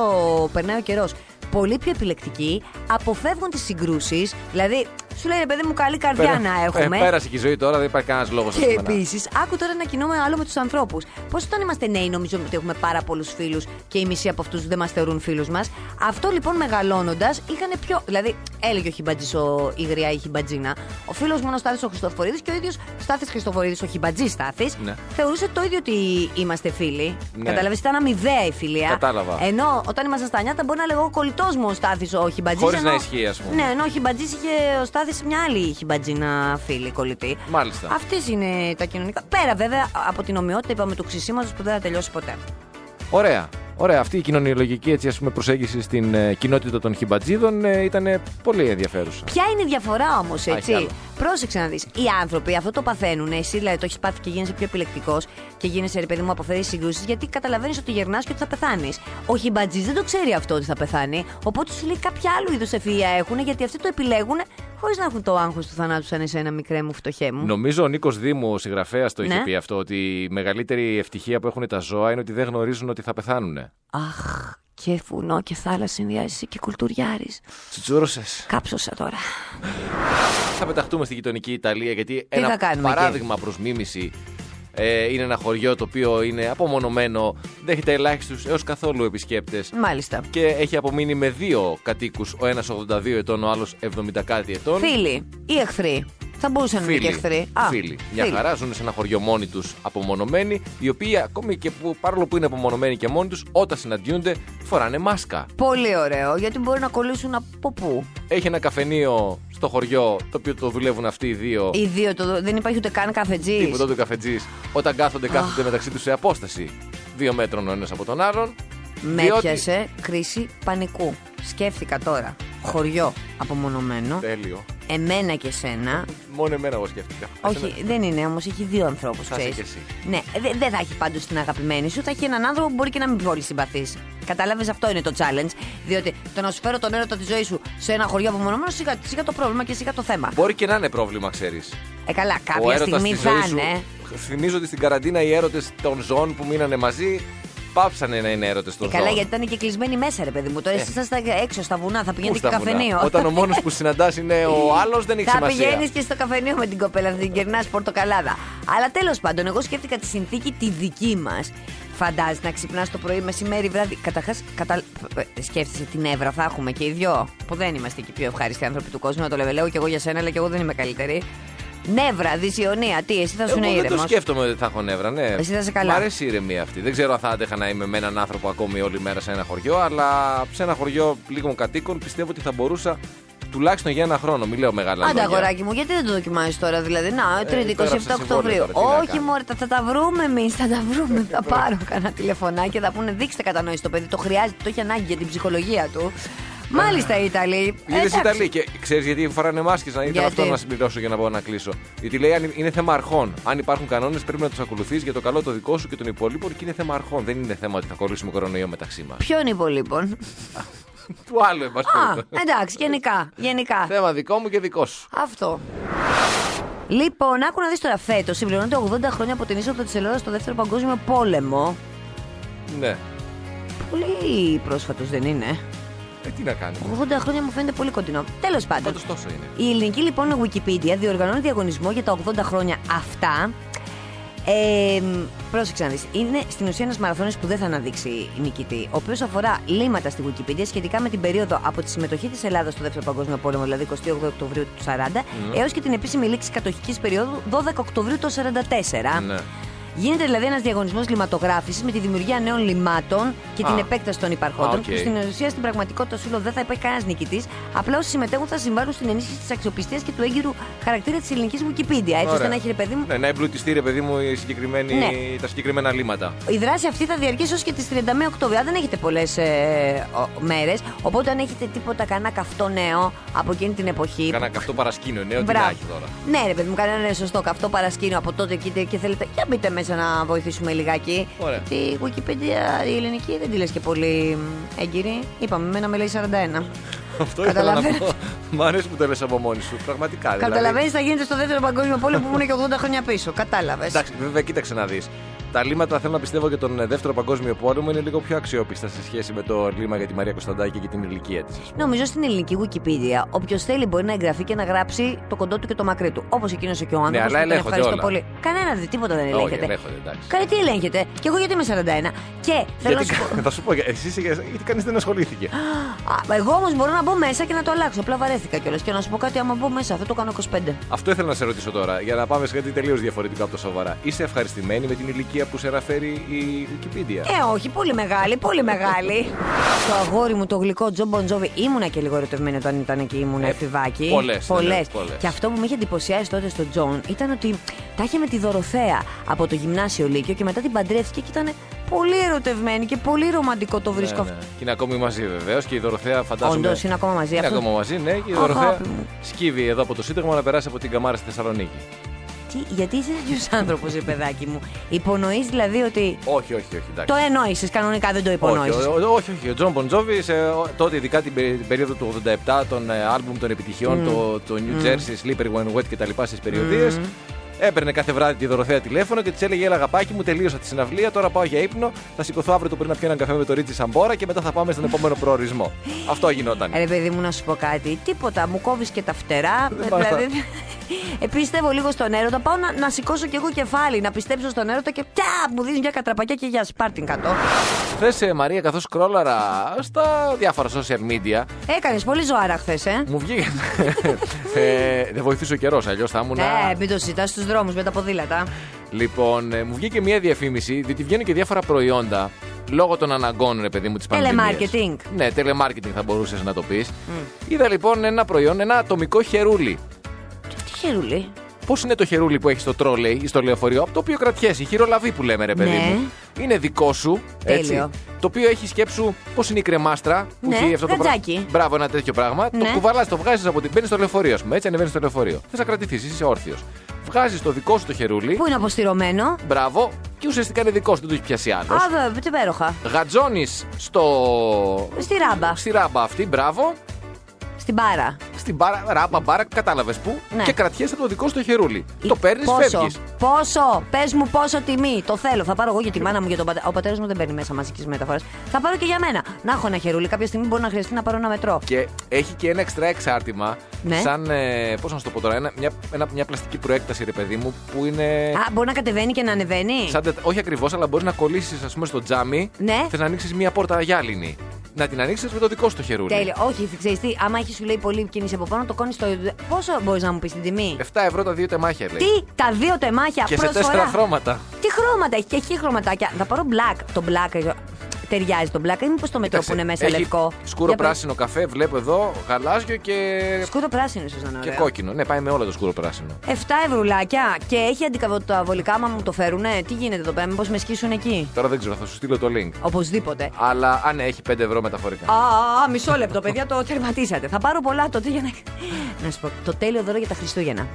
[SPEAKER 2] περνάει ο καιρός πολύ πιο επιλεκτικοί, αποφεύγουν τις συγκρούσεις. Δηλαδή, σου λέει ρε παιδί μου, καλή καρδιά
[SPEAKER 3] Πέρα-
[SPEAKER 2] να
[SPEAKER 3] Ε,
[SPEAKER 2] έχουμε.
[SPEAKER 3] πέρασε και η ζωή τώρα, δεν υπάρχει κανένας λόγος
[SPEAKER 2] Και επίση, άκου τώρα ένα κοινό με άλλο με τους ανθρώπους. Πώς όταν είμαστε νέοι, νομίζουμε ότι έχουμε πάρα πολλούς φίλους και οι μισοί από αυτούς δεν μας θεωρούν φίλους μας. Αυτό λοιπόν μεγαλώνοντας είχαν πιο. Δηλαδή, έλεγε ο χιμπατζής ο η γριά ή η χιμπατζίνα. Ο φίλος μου είναι ο Στάθης ο Χριστοφορίδης και ο ίδιος Στάθης Χριστοφορίδης, ο χιμπατζής Στάθης,
[SPEAKER 3] Ναι.
[SPEAKER 2] θεωρούσε το ίδιο ότι είμαστε φίλοι.
[SPEAKER 3] Ναι.
[SPEAKER 2] Κατάλαβες, ήταν αμοιβαία η φιλία.
[SPEAKER 3] Κατάλαβα.
[SPEAKER 2] Ενώ όταν ήμασταν στα νιάτα, μπορεί να λέγω κολλητός μου ο Στάθης ο χιμπατζής.
[SPEAKER 3] Χωρίς να ισχύει, ας πούμε.
[SPEAKER 2] Ναι, ενώ ο χιμπατζής είχε ο Στάθης μια άλλη χιμπατζίνα φίλη κολλητή.
[SPEAKER 3] Μάλιστα.
[SPEAKER 2] Αυτές είναι τα κοινωνικά. Πέρα βέβαια από την ομοιότητα, είπαμε, του ξυσίματο που δεν θα τελειώσει ποτέ.
[SPEAKER 3] Ωραία. Ωραία, αυτή η κοινωνιολογική έτσι, ας πούμε, προσέγγιση στην ε, κοινότητα των χιμπατζίδων ε, ήταν πολύ ενδιαφέρουσα.
[SPEAKER 2] Ποια είναι η διαφορά όμως,
[SPEAKER 3] έχει άλλο.
[SPEAKER 2] έτσι. Πρόσεξε να δεις. Οι άνθρωποι αυτό το παθαίνουν. Εσύ δηλαδή το έχεις πάθει και γίνεσαι πιο επιλεκτικός και γίνεσαι ρε παιδί μου αποφέρει συγκρούσεις γιατί καταλαβαίνεις ότι γερνάς και ότι θα πεθάνεις. Ο χιμπατζής δεν το ξέρει αυτό ότι θα πεθάνει. Οπότε σου λέει κάποια άλλου είδους ευφυα έχουν γιατί αυτοί το επιλέγουν χωρίς να έχουν το άγχος του θανάτου σαν εσένα, μικρέ μου φτωχέ μου.
[SPEAKER 3] Νομίζω ο Νίκος Δήμου, ο συγγραφέας, το είχε
[SPEAKER 2] Ναι.
[SPEAKER 3] πει αυτό. Ότι η μεγαλύτερη ευτυχία που έχουν τα ζώα είναι ότι δεν γνωρίζουν ότι θα πεθάνουν.
[SPEAKER 2] Αχ, και βουνό και θάλασσα συνδυάζει και κουλτουριάρης.
[SPEAKER 3] Τσουτσούρωσες.
[SPEAKER 2] Κάψωσα τώρα.
[SPEAKER 3] Θα πεταχτούμε στη γειτονική Ιταλία γιατί
[SPEAKER 2] θα
[SPEAKER 3] ένα
[SPEAKER 2] κάνουμε
[SPEAKER 3] παράδειγμα προς μίμηση ε, είναι ένα χωριό το οποίο είναι απομονωμένο, δέχεται ελάχιστους έως καθόλου επισκέπτες.
[SPEAKER 2] Μάλιστα.
[SPEAKER 3] Και έχει απομείνει με δύο κατοίκους, ο ένας 82 ετών, ο άλλος 70 κάτι ετών.
[SPEAKER 2] Φίλοι ή εχθροί. Θα μπορούσαν να είναι και εχθροί. Α,
[SPEAKER 3] Φίλοι. Μια χαρά ζουν σε ένα χωριό μόνοι τους, απομονωμένοι, οι οποίοι ακόμη και που, παρόλο που είναι απομονωμένοι και μόνοι τους, όταν συναντιούνται φοράνε μάσκα.
[SPEAKER 2] Πολύ ωραίο, γιατί μπορεί να κολλήσουν από πού.
[SPEAKER 3] Έχει ένα καφενείο στο χωριό, το οποίο το δουλεύουν αυτοί οι δύο.
[SPEAKER 2] Οι δύο, το, δεν υπάρχει ούτε καν καφετζής.
[SPEAKER 3] Τίποτα του καφετζής. Όταν κάθονται, κάθονται μεταξύ τους σε απόσταση δύο μέτρων ο ένας από τον άλλον.
[SPEAKER 2] Με
[SPEAKER 3] διότι-
[SPEAKER 2] πιάσε κρίση πανικού. Σκέφτηκα τώρα. Χωριό απομονωμένο.
[SPEAKER 3] Τέλειο.
[SPEAKER 2] Εμένα και σένα.
[SPEAKER 3] Μόνο εμένα εγώ σκέφτηκα. Εσένα-
[SPEAKER 2] Όχι, δεν είναι όμως, έχει δύο ανθρώπους.
[SPEAKER 3] Θα είσαι κι εσύ.
[SPEAKER 2] Ναι, δε- δεν θα έχει πάντως την αγαπημένη σου, θα έχει έναν άνθρωπο που μπορεί και να μην πολύ συμπαθείς. Κατάλαβες, αυτό είναι το challenge. Διότι το να σου φέρω τον έρωτα της ζωής σου σε ένα χωριό απομονωμένο, σίγα, σίγα το πρόβλημα και σίγα το θέμα.
[SPEAKER 3] Μπορεί και να είναι πρόβλημα, ξέρεις.
[SPEAKER 2] Ε, καλά,
[SPEAKER 3] ο
[SPEAKER 2] κάποια
[SPEAKER 3] έρωτας
[SPEAKER 2] στιγμή
[SPEAKER 3] της
[SPEAKER 2] θα
[SPEAKER 3] ζωή σου.
[SPEAKER 2] είναι.
[SPEAKER 3] Θυμίζω ότι στην καραντίνα οι έρωτες των ζώων που μείνανε μαζί πάψανε να είναι έρωτες των
[SPEAKER 2] Ε, καλά,
[SPEAKER 3] ζώων.
[SPEAKER 2] γιατί ήταν και κλεισμένοι μέσα, ρε παιδί μου. Τώρα
[SPEAKER 3] Ε.
[SPEAKER 2] εσύ ήσασταν έξω στα βουνά, θα
[SPEAKER 3] Πού
[SPEAKER 2] πηγαίνετε
[SPEAKER 3] στα
[SPEAKER 2] και
[SPEAKER 3] βουνά?
[SPEAKER 2] καφενείο.
[SPEAKER 3] Όταν ο μόνος που συναντάς είναι ο άλλος, δεν έχει
[SPEAKER 2] Θα
[SPEAKER 3] σημασία.
[SPEAKER 2] πηγαίνεις και στο καφενείο με την κοπέλα, θα την κερνάς πορτοκαλάδα. Αλλά τέλος πάντων, εγώ σκέφτηκα τη συνθήκη τη δική μας. Φαντάζεσαι να ξυπνάς το πρωί, μεσημέρι, βράδυ. Καταρχάς, κατα... ε, σκέφτεσαι την εύρα, θα έχουμε και οι δυο. Που δεν είμαστε και οι πιο ευχάριστοι άνθρωποι του κόσμου, να το λέω, λέω και εγώ για σένα, αλλά και εγώ δεν είμαι καλύτερη. Νεύρα, δυσιονία, τι, εσύ θα σου
[SPEAKER 3] Εγώ
[SPEAKER 2] είναι
[SPEAKER 3] δεν το
[SPEAKER 2] ήρεμος.
[SPEAKER 3] σκέφτομαι ότι θα έχω νεύρα, ναι.
[SPEAKER 2] Εσύ θα είσαι καλά.
[SPEAKER 3] Μ' αρέσει η ηρεμία αυτή. Δεν ξέρω αν θα άντεχα να είμαι με έναν άνθρωπο ακόμη όλη μέρα σε ένα χωριό, αλλά σε ένα χωριό λίγων κατοίκων πιστεύω ότι θα μπορούστα τουλάχιστον για ένα χρόνο. Μην λέω μεγάλα
[SPEAKER 2] Άντε,
[SPEAKER 3] λόγια.
[SPEAKER 2] αγοράκι μου, γιατί δεν το δοκιμάζεις τώρα, δηλαδή.
[SPEAKER 3] Ε,
[SPEAKER 2] Να, Τρίτη,
[SPEAKER 3] υπέγραψα
[SPEAKER 2] 27
[SPEAKER 3] συμβόλαιο
[SPEAKER 2] Οκτωβρίου.
[SPEAKER 3] τώρα, τι να
[SPEAKER 2] Όχι,
[SPEAKER 3] κάνω.
[SPEAKER 2] μωρέ, τα- θα τα βρούμε εμείς, θα τα βρούμε. θα πάρω κανένα τηλεφωνάκι, θα πούνε δείξτε κατανόηση το παιδί. Το χρειάζεται, το έχει ανάγκη για την ψυχολογία του. Μάλιστα, οι Ιταλοί.
[SPEAKER 3] Είδε
[SPEAKER 2] Εντάξει.
[SPEAKER 3] Ιταλή και ξέρεις γιατί φοράνε μάσκες. Να ήθελα
[SPEAKER 2] Γιατί?
[SPEAKER 3] αυτό να συμπληρώσω για να πάω να κλείσω. Γιατί λέει αν είναι θέμα αρχών. Αν υπάρχουν κανόνες, πρέπει να τους ακολουθείς για το καλό το δικό σου και των υπολείπων και είναι θέμα αρχών. Δεν είναι θέμα ότι θα κολλήσουμε κορονοϊό μεταξύ μας.
[SPEAKER 2] Ποιον υπολείπων.
[SPEAKER 3] Του άλλου, εν πάση περιπτώσει.
[SPEAKER 2] Α, εντάξει, γενικά. γενικά.
[SPEAKER 3] Θέμα δικό μου και δικό σου.
[SPEAKER 2] Αυτό. Λοιπόν, άκου να δεις τώρα φέτος. Συμπληρώνονται 80 χρόνια από την είσοδο της Ελλάδας στο Δεύτερο Παγκόσμιο Πόλεμο.
[SPEAKER 3] Ναι.
[SPEAKER 2] Πολύ πρόσφατος δεν είναι.
[SPEAKER 3] Ε, τι να κάνουμε.
[SPEAKER 2] 80 χρόνια μου φαίνεται πολύ κοντινό. Τέλος πάντων.
[SPEAKER 3] Πάντως τόσο είναι.
[SPEAKER 2] Η ελληνική λοιπόν Wikipedia διοργανώνει διαγωνισμό για τα 80 χρόνια αυτά. Ε, μ, πρόσεξε να δεις. Είναι στην ουσία ένας μαραθώνιος που δεν θα αναδείξει νικητή, ο οποίος αφορά λύματα στη Wikipedia σχετικά με την περίοδο από τη συμμετοχή της Ελλάδας στο Δεύτερο Παγκόσμιο Πόλεμο, δηλαδή 28 Οκτωβρίου του 40,
[SPEAKER 3] Ναι.
[SPEAKER 2] έως και την επίσημη λήξη κατοχικής περίοδου 12 Οκτωβρίου του 44.
[SPEAKER 3] Ναι.
[SPEAKER 2] Γίνεται δηλαδή ένας διαγωνισμός λιματογράφησης με τη δημιουργία νέων λιμάτων και
[SPEAKER 3] Α.
[SPEAKER 2] την επέκταση των
[SPEAKER 3] Α,
[SPEAKER 2] υπαρχόντων.
[SPEAKER 3] οκ.
[SPEAKER 2] Που στην ουσία, στην πραγματικότητα, σου λέω, δεν θα υπάρχει κανένας νικητής. Απλά όσοι συμμετέχουν θα συμβάλλουν στην ενίσχυση της αξιοπιστίας και του έγκυρου χαρακτήρα της ελληνικής Wikipedia. Έτσι ώστε
[SPEAKER 3] Ωραία.
[SPEAKER 2] να έχει, ρε παιδί μου,
[SPEAKER 3] Ναι, να εμπλουτιστεί ρε παιδί μου η συγκεκριμένη,
[SPEAKER 2] Ναι.
[SPEAKER 3] τα συγκεκριμένα λύματα.
[SPEAKER 2] η δράση αυτή θα διαρκέσει ως και τις 31 Οκτωβρίου. Αν δεν έχετε πολλές μέρες, οπότε αν έχετε τίποτα κανένα καυτό νέο από εκείνη την εποχή.
[SPEAKER 3] Κάνα καυτό παρασκήνιο, νέο τι
[SPEAKER 2] Μπράβο.
[SPEAKER 3] να έχει τώρα.
[SPEAKER 2] Ναι, ρε παιδί μου, κανένα είναι σωστό. Καυτό παρασκήνιο από τότε και, και θέλετε. Για μπείτε μέσα να βοηθήσουμε λιγάκι.
[SPEAKER 3] Ωραία.
[SPEAKER 2] Γιατί η Wikipedia η ελληνική δεν τη λες και πολύ μ, έγκυρη. Είπαμε, εμένα με λέει 41.
[SPEAKER 3] Αυτό ήθελα να
[SPEAKER 2] Καταλαβαίνω.
[SPEAKER 3] πω. Μ' αρέσει που το λες από μόνη σου. Πραγματικά. δηλαδή.
[SPEAKER 2] Καταλαβαίνεις, θα γίνεται στο δεύτερο παγκόσμιο πόλεμο που ήμουν και 80 χρόνια πίσω. Κατάλαβες.
[SPEAKER 3] Εντάξει, βέβαια, κοίταξε να δεις. Τα λύματα, θέλω να πιστεύω, για τον ε, δεύτερο παγκόσμιο πόλεμο είναι λίγο πιο αξιόπιστα σε σχέση με το λίμα για τη Μαρία Κωνσταντάκη και την ηλικία της.
[SPEAKER 2] Νομίζω στην ελληνική Wikipedia, όποιος θέλει μπορεί να εγγραφεί και να γράψει το κοντό του και το μακρύ του. Όπως εκείνος εκεί ο άνθρωπο.
[SPEAKER 3] Ναι, αλλά ελέγχονται
[SPEAKER 2] ευχαριστώ
[SPEAKER 3] όλα.
[SPEAKER 2] πολύ. Κανένα δεν τίποτα δεν ελέγχεται.
[SPEAKER 3] ελέγχονται, εντάξει.
[SPEAKER 2] Καλή τι ελέγχεται. Και εγώ γιατί είμαι 41. Και θέλω να
[SPEAKER 3] Γιατί,
[SPEAKER 2] σου πω.
[SPEAKER 3] θα σου πω, για- εσύ είσαι για- γιατί κανείς δεν ασχολήθηκε.
[SPEAKER 2] Α, εγώ όμως μπορώ να μπω μέσα και να το αλλάξω. Απλά βαρέθηκα κιόλας. Και να σου πω κάτι, άμα μπω μέσα, θα το κάνω 25.
[SPEAKER 3] Αυτό ήθελα να σε ρωτήσω τώρα, για να πάμε σε κάτι τελείως διαφορετικό από τα σοβαρά. Είσαι ευχαριστημένη με την ηλικία που σε αναφέρει η Wikipedia.
[SPEAKER 2] Ε, όχι, πολύ μεγάλη, πολύ μεγάλη. το αγόρι μου, το γλυκό Τζον Μποντζόβι, ήμουνα και λίγο ερωτευμένη όταν ήταν εκεί, ήμουνα
[SPEAKER 3] Ε,
[SPEAKER 2] εφηβάκι.
[SPEAKER 3] πολλές, ναι,
[SPEAKER 2] Πολλές.
[SPEAKER 3] ναι, πολλές.
[SPEAKER 2] Και αυτό που με είχε εντυπωσιάσει τότε στον Τζον ήταν ότι τα είχε με τη Δωροθέα από το γυμνάσιο Λύκειο και μετά την παντρεύτηκε και ήταν πολύ ερωτευμένοι και πολύ ρομαντικό το βρίσκω
[SPEAKER 3] ναι.
[SPEAKER 2] αυτό.
[SPEAKER 3] Και είναι ακόμη μαζί βεβαίως. Και η Δωροθέα φαντάζομαι.
[SPEAKER 2] Όντως, είναι ακόμα μαζί.
[SPEAKER 3] Είναι
[SPEAKER 2] Αυτό-
[SPEAKER 3] ακόμα μαζί, ναι. Και η
[SPEAKER 2] Αγάπη
[SPEAKER 3] Δωροθέα
[SPEAKER 2] μου.
[SPEAKER 3] σκύβει εδώ από το Σύνταγμα να περάσει από την Καμάρα στη Θεσσαλονίκη.
[SPEAKER 2] Τι, γιατί είσαι τέτοιος άνθρωπος, ρε παιδάκι μου. Υπονοείς δηλαδή ότι.
[SPEAKER 3] Όχι, όχι, όχι. Εντάξει.
[SPEAKER 2] Το ενόησε, κανονικά δεν το
[SPEAKER 3] όχι,
[SPEAKER 2] υπονόησε.
[SPEAKER 3] όχι, όχι, όχι. Ο Τζον Μποντζόβι σε, ο- τότε, ειδικά την, περί- την περίοδο του 87, των ε, άλμπουμ των επιτυχιών, το, το New Jersey, Sleeper When Wet και τα λοιπά στις περιοδίες. Έπαιρνε κάθε βράδυ τη Δωροθέα τηλέφωνο και της έλεγε: Ελά, αγαπάκι μου, τελείωσα τη συναυλία. Τώρα πάω για ύπνο. Θα σηκωθώ αύριο το πρωί να πιω έναν καφέ με το Ρίτσι Σαμπόρα και μετά θα πάμε στον επόμενο προορισμό. Αυτό γινόταν.
[SPEAKER 2] Ε, Ρε παιδί μου να σου πω κάτι. Τίποτα, μου κόβεις και τα φτερά.
[SPEAKER 3] Δεν πας
[SPEAKER 2] δηλαδή. ε, πιστεύω λίγο στον έρωτα. Πάω να, να σηκώσω κι εγώ κεφάλι, να πιστέψω στον έρωτα και τια, μου δίνεις μια κατραπακιά και για σπάρτιν κατώ.
[SPEAKER 3] Χθες, ε, Μαρία, καθώς κρόλαρα στα διάφορα social media,
[SPEAKER 2] Έκανες πολύ ζωάρα χθες, ε.
[SPEAKER 3] μου βγήκε. ε, δεν βοηθούσε ο καιρός, αλλιώς θα ήμουν.
[SPEAKER 2] Ναι, μην το συζητά στους δρόμους με τα ποδήλατα.
[SPEAKER 3] Λοιπόν, ε, μου βγήκε μια διαφήμιση, διότι βγαίνουν και διάφορα προϊόντα λόγω των αναγκών, ρε παιδί μου, της πανδημίας.
[SPEAKER 2] Telemarketing.
[SPEAKER 3] Ναι, telemarketing θα μπορούσες να το πεις. Είδα λοιπόν ένα προϊόν, ένα ατομικό χερούλι.
[SPEAKER 2] Τι χερούλι.
[SPEAKER 3] Πώς είναι το χερούλι που έχεις στο τρόλεϊ ή στο λεωφορείο, από το οποίο κρατιέσαι, η χειρολαβή που λέμε, ρε παιδί
[SPEAKER 2] Ναι.
[SPEAKER 3] μου. Είναι δικό σου. Έτσι,
[SPEAKER 2] Τέλειο.
[SPEAKER 3] Το οποίο έχει σκέψου πώς είναι η κρεμάστρα που
[SPEAKER 2] Ναι,
[SPEAKER 3] έχει αυτό το
[SPEAKER 2] γατζάκι.
[SPEAKER 3] πράγμα. Μπράβο, ένα τέτοιο πράγμα. Το
[SPEAKER 2] Ναι.
[SPEAKER 3] κουβαλάς, το βγάζεις από την. Μπαίνεις στο λεωφορείο, ας πούμε. Έτσι ανεβαίνεις στο λεωφορείο. Θες να κρατηθείς, είσαι όρθιος. Βγάζει το δικό σου το χερούλι.
[SPEAKER 2] Πού είναι αποστηρωμένο.
[SPEAKER 3] Μπράβο. Και ουσιαστικά είναι δικό σου, δεν το έχει πιάσει άλλος.
[SPEAKER 2] Α, βέβαια, τι υπέροχα.
[SPEAKER 3] Γατζώνεις στο.
[SPEAKER 2] Στη ράμπα.
[SPEAKER 3] Στη ράμπα αυτή, μπράβο.
[SPEAKER 2] Στην μπάρα.
[SPEAKER 3] Στην μπάρα, ράμπα, μπάρα, κατάλαβες πού.
[SPEAKER 2] Ναι.
[SPEAKER 3] Και κρατιέσαι το δικό σου το χερούλι. Το παίρνεις,
[SPEAKER 2] Πόσο,
[SPEAKER 3] φεύγεις.
[SPEAKER 2] πόσο, πες μου πόσο τιμή. Το θέλω. Θα πάρω εγώ για τη μάνα μου, για τον πατέρα. Ο πατέρας μου δεν παίρνει μέσα μαζικής μεταφοράς. Θα πάρω και για μένα. Να έχω ένα χερούλι. Κάποια στιγμή μπορεί να χρειαστεί να πάρω ένα μετρό.
[SPEAKER 3] Και έχει και ένα εξτρά εξάρτημα.
[SPEAKER 2] Ναι.
[SPEAKER 3] Σαν. Ε, Πώς να σου το πω τώρα, ένα, μια, ένα, μια πλαστική προέκταση, ρε παιδί μου, που είναι.
[SPEAKER 2] Α, μπορεί να κατεβαίνει και να ανεβαίνει.
[SPEAKER 3] Σαν, τετ- όχι ακριβώς, αλλά μπορεί να κολλήσεις, ας πούμε, στο τζάμι.
[SPEAKER 2] Ναι.
[SPEAKER 3] Θες να ανοίξεις μια πόρτα γυάλινη. Να την ανοίξεις με το δικό σου το χερούλι.
[SPEAKER 2] Τέλεια. Όχι, ξέρεις τι, άμα έχεις σου λέει πολύ κίνηση από πάνω, το κόνεις στο. Πόσο μπορείς να μου πεις την τιμή.
[SPEAKER 3] 7 ευρώ τα δύο τεμάχια, λέει.
[SPEAKER 2] Τι, τα δύο τεμάχια
[SPEAKER 3] Ε, Και σε
[SPEAKER 2] προσφορά.
[SPEAKER 3] τέσσερα χρώματα.
[SPEAKER 2] Τι χρώματα έχει, και έχει χρωματάκια. Θα πάρω black. Το black ταιριάζει το black. Ή μήπως το μετρό που
[SPEAKER 3] Κοίταξε,
[SPEAKER 2] είναι μέσα
[SPEAKER 3] έχει
[SPEAKER 2] λευκό.
[SPEAKER 3] Σκούρο
[SPEAKER 2] Για πες.
[SPEAKER 3] πράσινο καφέ, βλέπω εδώ, γαλάζιο και,
[SPEAKER 2] Σκούρο πράσινο, ίσως να είναι
[SPEAKER 3] και
[SPEAKER 2] ωραίο.
[SPEAKER 3] κόκκινο. Ναι, πάει με όλο το σκούρο πράσινο.
[SPEAKER 2] 7 ευρουλάκια και έχει αντικαβολικά. Άμα μου το φέρουνε, τι γίνεται εδώ πέρα, μήπως με σκίσουν εκεί.
[SPEAKER 3] Τώρα δεν ξέρω, θα σου στείλω το link.
[SPEAKER 2] Οπωσδήποτε.
[SPEAKER 3] Αλλά αν ναι, έχει 5 ευρώ μεταφορικά.
[SPEAKER 2] Α, μισό λεπτό, παιδιά, το τερματίσατε. Θα πάρω πολλά τότε για να. Να σου πω, το τέλειο δώρο για τα Χριστούγεννα.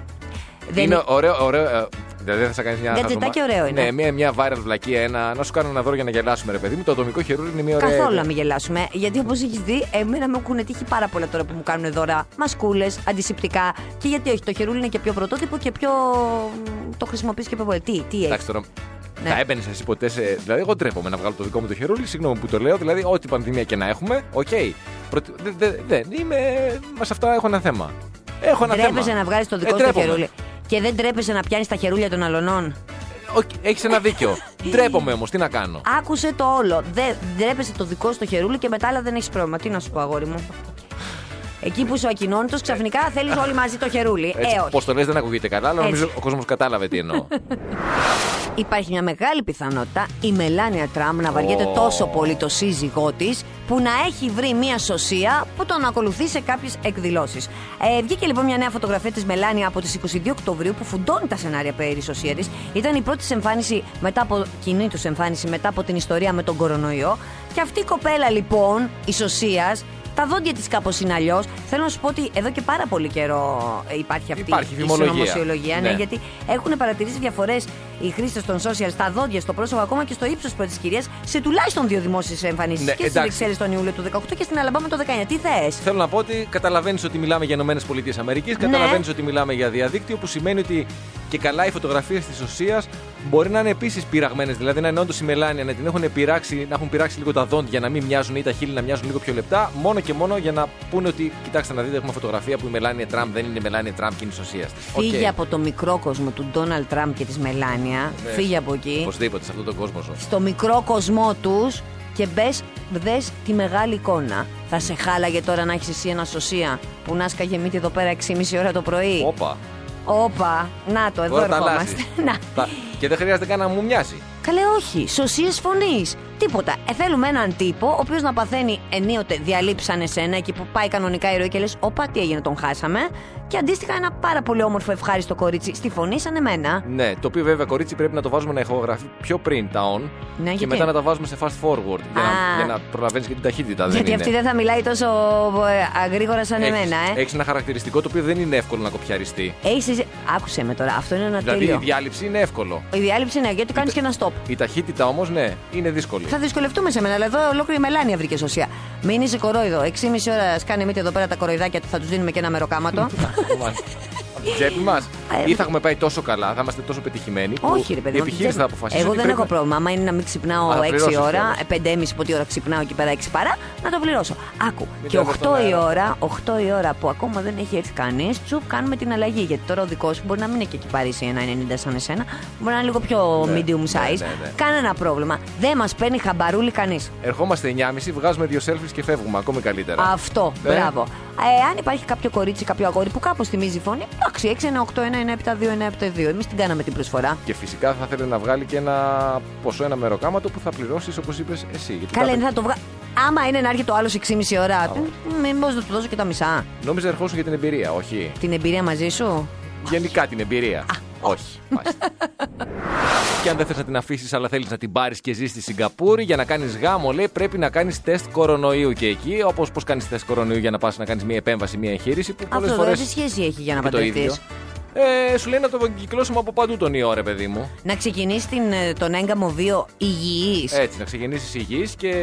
[SPEAKER 2] Δεν
[SPEAKER 3] είναι ωραίο, ωραίο. ε, Δηλαδή δεν θα κάνει μια.
[SPEAKER 2] Γκατζετάκι
[SPEAKER 3] χαζομά-
[SPEAKER 2] ωραίο είναι.
[SPEAKER 3] Ναι, μια, μια viral βλακία. Ένα, να σου κάνω ένα δώρο για να γελάσουμε, ρε παιδί μου. Το ατομικό χερούλι είναι μια ωραία.
[SPEAKER 2] Καθόλου
[SPEAKER 3] ιδέα.
[SPEAKER 2] να μην γελάσουμε. Γιατί όπως έχεις δει, εμένα μου έχουν τύχει πάρα πολλά τώρα που μου κάνουν δώρα. Μασκούλες, αντισηπτικά. Και γιατί όχι, το χερούλι είναι και πιο πρωτότυπο και πιο. Το χρησιμοποιείς και πιο πολύ. Τι, τι έχεις.
[SPEAKER 3] Εντάξει τώρα.
[SPEAKER 2] Ναι.
[SPEAKER 3] Θα έμπαινες εσύ ποτέ σε. Δηλαδή, εγώ ντρέπομαι να βγάλω το δικό μου το χερούλι. Συγγνώμη που το λέω. Δηλαδή, ό,τι πανδημία και να έχουμε, οκ. Προτι- δε- δε- Δεν είμαι. Μας σε αυτά έχω ένα θέμα. Έχω ένα
[SPEAKER 2] Τρέπεσαι
[SPEAKER 3] θέμα.
[SPEAKER 2] να βγάλεις το δικό
[SPEAKER 3] Ε,
[SPEAKER 2] σου το
[SPEAKER 3] ντρέπομαι.
[SPEAKER 2] χερούλι. Και δεν τρέπεσαι να πιάνεις τα χερούλια των αλωνών.
[SPEAKER 3] Έχεις ένα δίκιο. Τρέπομαι όμως, τι να κάνω.
[SPEAKER 2] Άκουσε το όλο. Δεν ντρέπεσαι το δικό σου το χερούλι και μετά άλλα δεν έχεις πρόβλημα. Τι να σου πω, αγόρι μου. Εκεί που είσαι ο ακοινώνητος, ξαφνικά θέλεις όλοι μαζί το χερούλι.
[SPEAKER 3] Έτσι,
[SPEAKER 2] Ε, όχι.
[SPEAKER 3] Πώς το λες, δεν ακούγεται καλά, αλλά
[SPEAKER 2] Έτσι.
[SPEAKER 3] νομίζω ο κόσμος κατάλαβε τι εννοώ.
[SPEAKER 2] Υπάρχει μια μεγάλη πιθανότητα η Μελάνια Τραμ να βαριέται
[SPEAKER 3] Ω.
[SPEAKER 2] τόσο πολύ το σύζυγό της που να έχει βρει μια σωσία που τον ακολουθεί σε κάποιες εκδηλώσεις. Ε, βγήκε λοιπόν μια νέα φωτογραφία της Μελάνια από τις 22 Οκτωβρίου που φουντώνει τα σενάρια περί τη σωσία της. Ήταν η πρώτη της εμφάνιση μετά από κοινή τους εμφάνιση μετά από την ιστορία με τον κορονοϊό. Και αυτή η κοπέλα λοιπόν, η σωσίας, τα δόντια της κάπως είναι αλλιώς. Θέλω να σου πω ότι εδώ και πάρα πολύ καιρό ε, υπάρχει αυτή
[SPEAKER 3] Υπάρχει
[SPEAKER 2] η
[SPEAKER 3] φημολογία.
[SPEAKER 2] συνωμοσιολογία. Ναι,
[SPEAKER 3] Ναι.
[SPEAKER 2] γιατί έχουν παρατηρήσει διαφορές οι χρήστες των social στα δόντια, στο πρόσωπο, ακόμα και στο ύψος πρώτης κυρίας σε τουλάχιστον δύο δημόσιες εμφανίσεις.
[SPEAKER 3] Ναι,
[SPEAKER 2] και στι
[SPEAKER 3] εντάξει.
[SPEAKER 2] Βρυξέλλε τον Ιούλιο του 18 και στην Αλαμπάμα το 19. Τι θες.
[SPEAKER 3] Θέλω να πω ότι καταλαβαίνεις ότι μιλάμε για ΗΠΑ,
[SPEAKER 2] Ναι.
[SPEAKER 3] καταλαβαίνει ότι μιλάμε για διαδίκτυο, που σημαίνει ότι και καλά οι φωτογραφίες της ουσίας μπορεί να είναι επίσης πειραγμένες. Δηλαδή να είναι όντως η μελάνια, να την έχουν πειράξει, να έχουν πειράξει λίγο τα δόντια να μην μοιάζουν ή τα χείλη να μοιάζουν λίγο πιο λεπτά, μόνο και μόνο για να πούνε ότι κοιτάξτε να δείτε, έχουμε φωτογραφία που η μελάνια Τραμπ δεν είναι η μελάνια Τραμπ και είναι η ουσία τη.
[SPEAKER 2] Φύγε από το μικρό κόσμο του Ντόναλτ Τραμπ και της Μελάνια.
[SPEAKER 3] Ναι.
[SPEAKER 2] Φύγε από εκεί.
[SPEAKER 3] Οπωσδήποτε σε αυτόν τον κόσμο σου.
[SPEAKER 2] Στο μικρό κοσμό τους και μπες, δες τη μεγάλη εικόνα. Θα σε χάλαγε τώρα να έχεις εσύ ένα σωσία που να σκαγε μύτη εδώ πέρα 6,5 ώρα το πρωί.
[SPEAKER 3] Όπα.
[SPEAKER 2] Όπα, να το, εδώ
[SPEAKER 3] Τώρα τα
[SPEAKER 2] ερχόμαστε.
[SPEAKER 3] αλλάζει.
[SPEAKER 2] Να.
[SPEAKER 3] Τα- Και δεν χρειάζεται καν να μου μοιάσει.
[SPEAKER 2] Καλέ, όχι. Σωσίες φωνής. Τίποτα. Ε, θέλουμε έναν τύπο, ο οποίος να παθαίνει ενίοτε διαλύψανε σένα εκεί που πάει κανονικά η ροή και λες: Όπα, τι έγινε, τον χάσαμε. Και αντίστοιχα ένα πάρα πολύ όμορφο ευχάριστο κορίτσι στη φωνή σαν εμένα.
[SPEAKER 3] Ναι, το οποίο βέβαια κορίτσι πρέπει να το βάζουμε να ηχογραφεί πιο πριν τα on
[SPEAKER 2] Ναι,
[SPEAKER 3] και
[SPEAKER 2] γιατί?
[SPEAKER 3] μετά να τα βάζουμε σε fast forward για να,
[SPEAKER 2] Α.
[SPEAKER 3] για να προλαβαίνεις και την ταχύτητα.
[SPEAKER 2] γιατί
[SPEAKER 3] δεν
[SPEAKER 2] αυτή
[SPEAKER 3] είναι.
[SPEAKER 2] δεν θα μιλάει τόσο ε, α, γρήγορα σαν εμένα, ε.
[SPEAKER 3] Έχεις ένα χαρακτηριστικό το οποίο δεν είναι εύκολο να κοπιαριστεί.
[SPEAKER 2] Έχεις... Άκουσε με τώρα, αυτό είναι ένα
[SPEAKER 3] Δηλαδή
[SPEAKER 2] τέλειο.
[SPEAKER 3] η διάλειψη είναι εύκολο.
[SPEAKER 2] Η διάλειψη είναι γιατί κάνει και ένα stop.
[SPEAKER 3] Η ταχύτητα όμως, ναι, είναι δύσκολη.
[SPEAKER 2] Θα δυσκολευτούμε σε μένα, αλλά εδώ ολόκληρη η μελάνια βρήκε σωσία. Μην είσαι κορόιδο. 6,5 ώρα σκάνε μύτη εδώ πέρα τα κοροϊδάκια του, θα τους δίνουμε και ένα μεροκάματο.
[SPEAKER 3] Μάλιστα. Από την τσέπη μας.
[SPEAKER 2] Ε,
[SPEAKER 3] Ή θα έχουμε πάει τόσο καλά, θα είμαστε τόσο πετυχημένοι. που
[SPEAKER 2] Όχι, ρε παιδί
[SPEAKER 3] Η
[SPEAKER 2] μου.
[SPEAKER 3] επιχείρηση
[SPEAKER 2] δεν-
[SPEAKER 3] θα αποφασίσει.
[SPEAKER 2] Εγώ
[SPEAKER 3] ότι
[SPEAKER 2] δεν
[SPEAKER 3] πρέπει
[SPEAKER 2] έχω
[SPEAKER 3] να-
[SPEAKER 2] πρόβλημα. Άμα είναι να μην ξυπνάω
[SPEAKER 3] Α, θα
[SPEAKER 2] 6
[SPEAKER 3] πληρώσεις
[SPEAKER 2] ώρα,
[SPEAKER 3] κιόλας.
[SPEAKER 2] 5,5 πότη ώρα ξυπνάω εκεί πέρα 6 παρά, να το πληρώσω. Άκου.
[SPEAKER 3] Μην
[SPEAKER 2] και
[SPEAKER 3] τρέχω
[SPEAKER 2] 8
[SPEAKER 3] στον
[SPEAKER 2] η
[SPEAKER 3] αέρα.
[SPEAKER 2] ώρα, 8 η ώρα που ακόμα δεν έχει έρθει κανείς, τσουπ κάνουμε την αλλαγή. Γιατί τώρα ο δικός σου μπορεί να μην είναι και εκεί Παρίσι 1,90 σαν εσένα, μπορεί να είναι λίγο πιο
[SPEAKER 3] Ναι,
[SPEAKER 2] medium
[SPEAKER 3] ναι,
[SPEAKER 2] size.
[SPEAKER 3] ναι, ναι.
[SPEAKER 2] Κανένα πρόβλημα. Δεν μας παίρνει χαμπαρούλι κανείς.
[SPEAKER 3] Ερχόμαστε 9.30, βγάζουμε δύο selfies και φεύγουμε ακόμη καλύτερα.
[SPEAKER 2] Αυτό,
[SPEAKER 3] Ε.
[SPEAKER 2] μπράβο. Ε, αν υπάρχει κάποιο κορίτσι, κάποιο αγόρι που κάπως θυμίζει φωνή, εντάξει, 6-1-8-1-9-7-2-1-7-2. Εμείς την κάναμε την προσφορά.
[SPEAKER 3] Και φυσικά θα θέλει να βγάλει και ένα ποσό, ένα μεροκάματο που θα πληρώσει όπως είπες εσύ. Γιατί
[SPEAKER 2] Καλά,
[SPEAKER 3] κάθε-
[SPEAKER 2] δεν θα το βγάλω. Άμα είναι να έρχεται ο άλλο 6,5 ώρα, μήπως να του δώσω και τα μισά.
[SPEAKER 3] Νόμιζα ερχόσουν για την εμπειρία, όχι.
[SPEAKER 2] Την εμπειρία μαζί σου.
[SPEAKER 3] Γενικά την εμπειρία. όχι. Μάλιστα. και αν δεν θες να την αφήσεις, αλλά θέλεις να την πάρεις και ζεις στη Σιγκαπούρη, για να κάνεις γάμο, λέει, πρέπει να κάνεις τεστ κορονοϊού. Και εκεί, όπως πώς κάνεις τεστ κορονοϊού για να πας να κάνεις μια επέμβαση, μια εγχείρηση που πολλές
[SPEAKER 2] Αυτό τώρα
[SPEAKER 3] φορέ.
[SPEAKER 2] τι σχέση έχει για να
[SPEAKER 3] το
[SPEAKER 2] παντρευτεί.
[SPEAKER 3] ίδιο. Ε, σου λέει να το κυκλώσουμε από παντού τον ιό, ρε παιδί μου.
[SPEAKER 2] Να ξεκινήσει την, ε, τον έγκαμο βίο υγιής.
[SPEAKER 3] Έτσι, να ξεκινήσεις υγιής και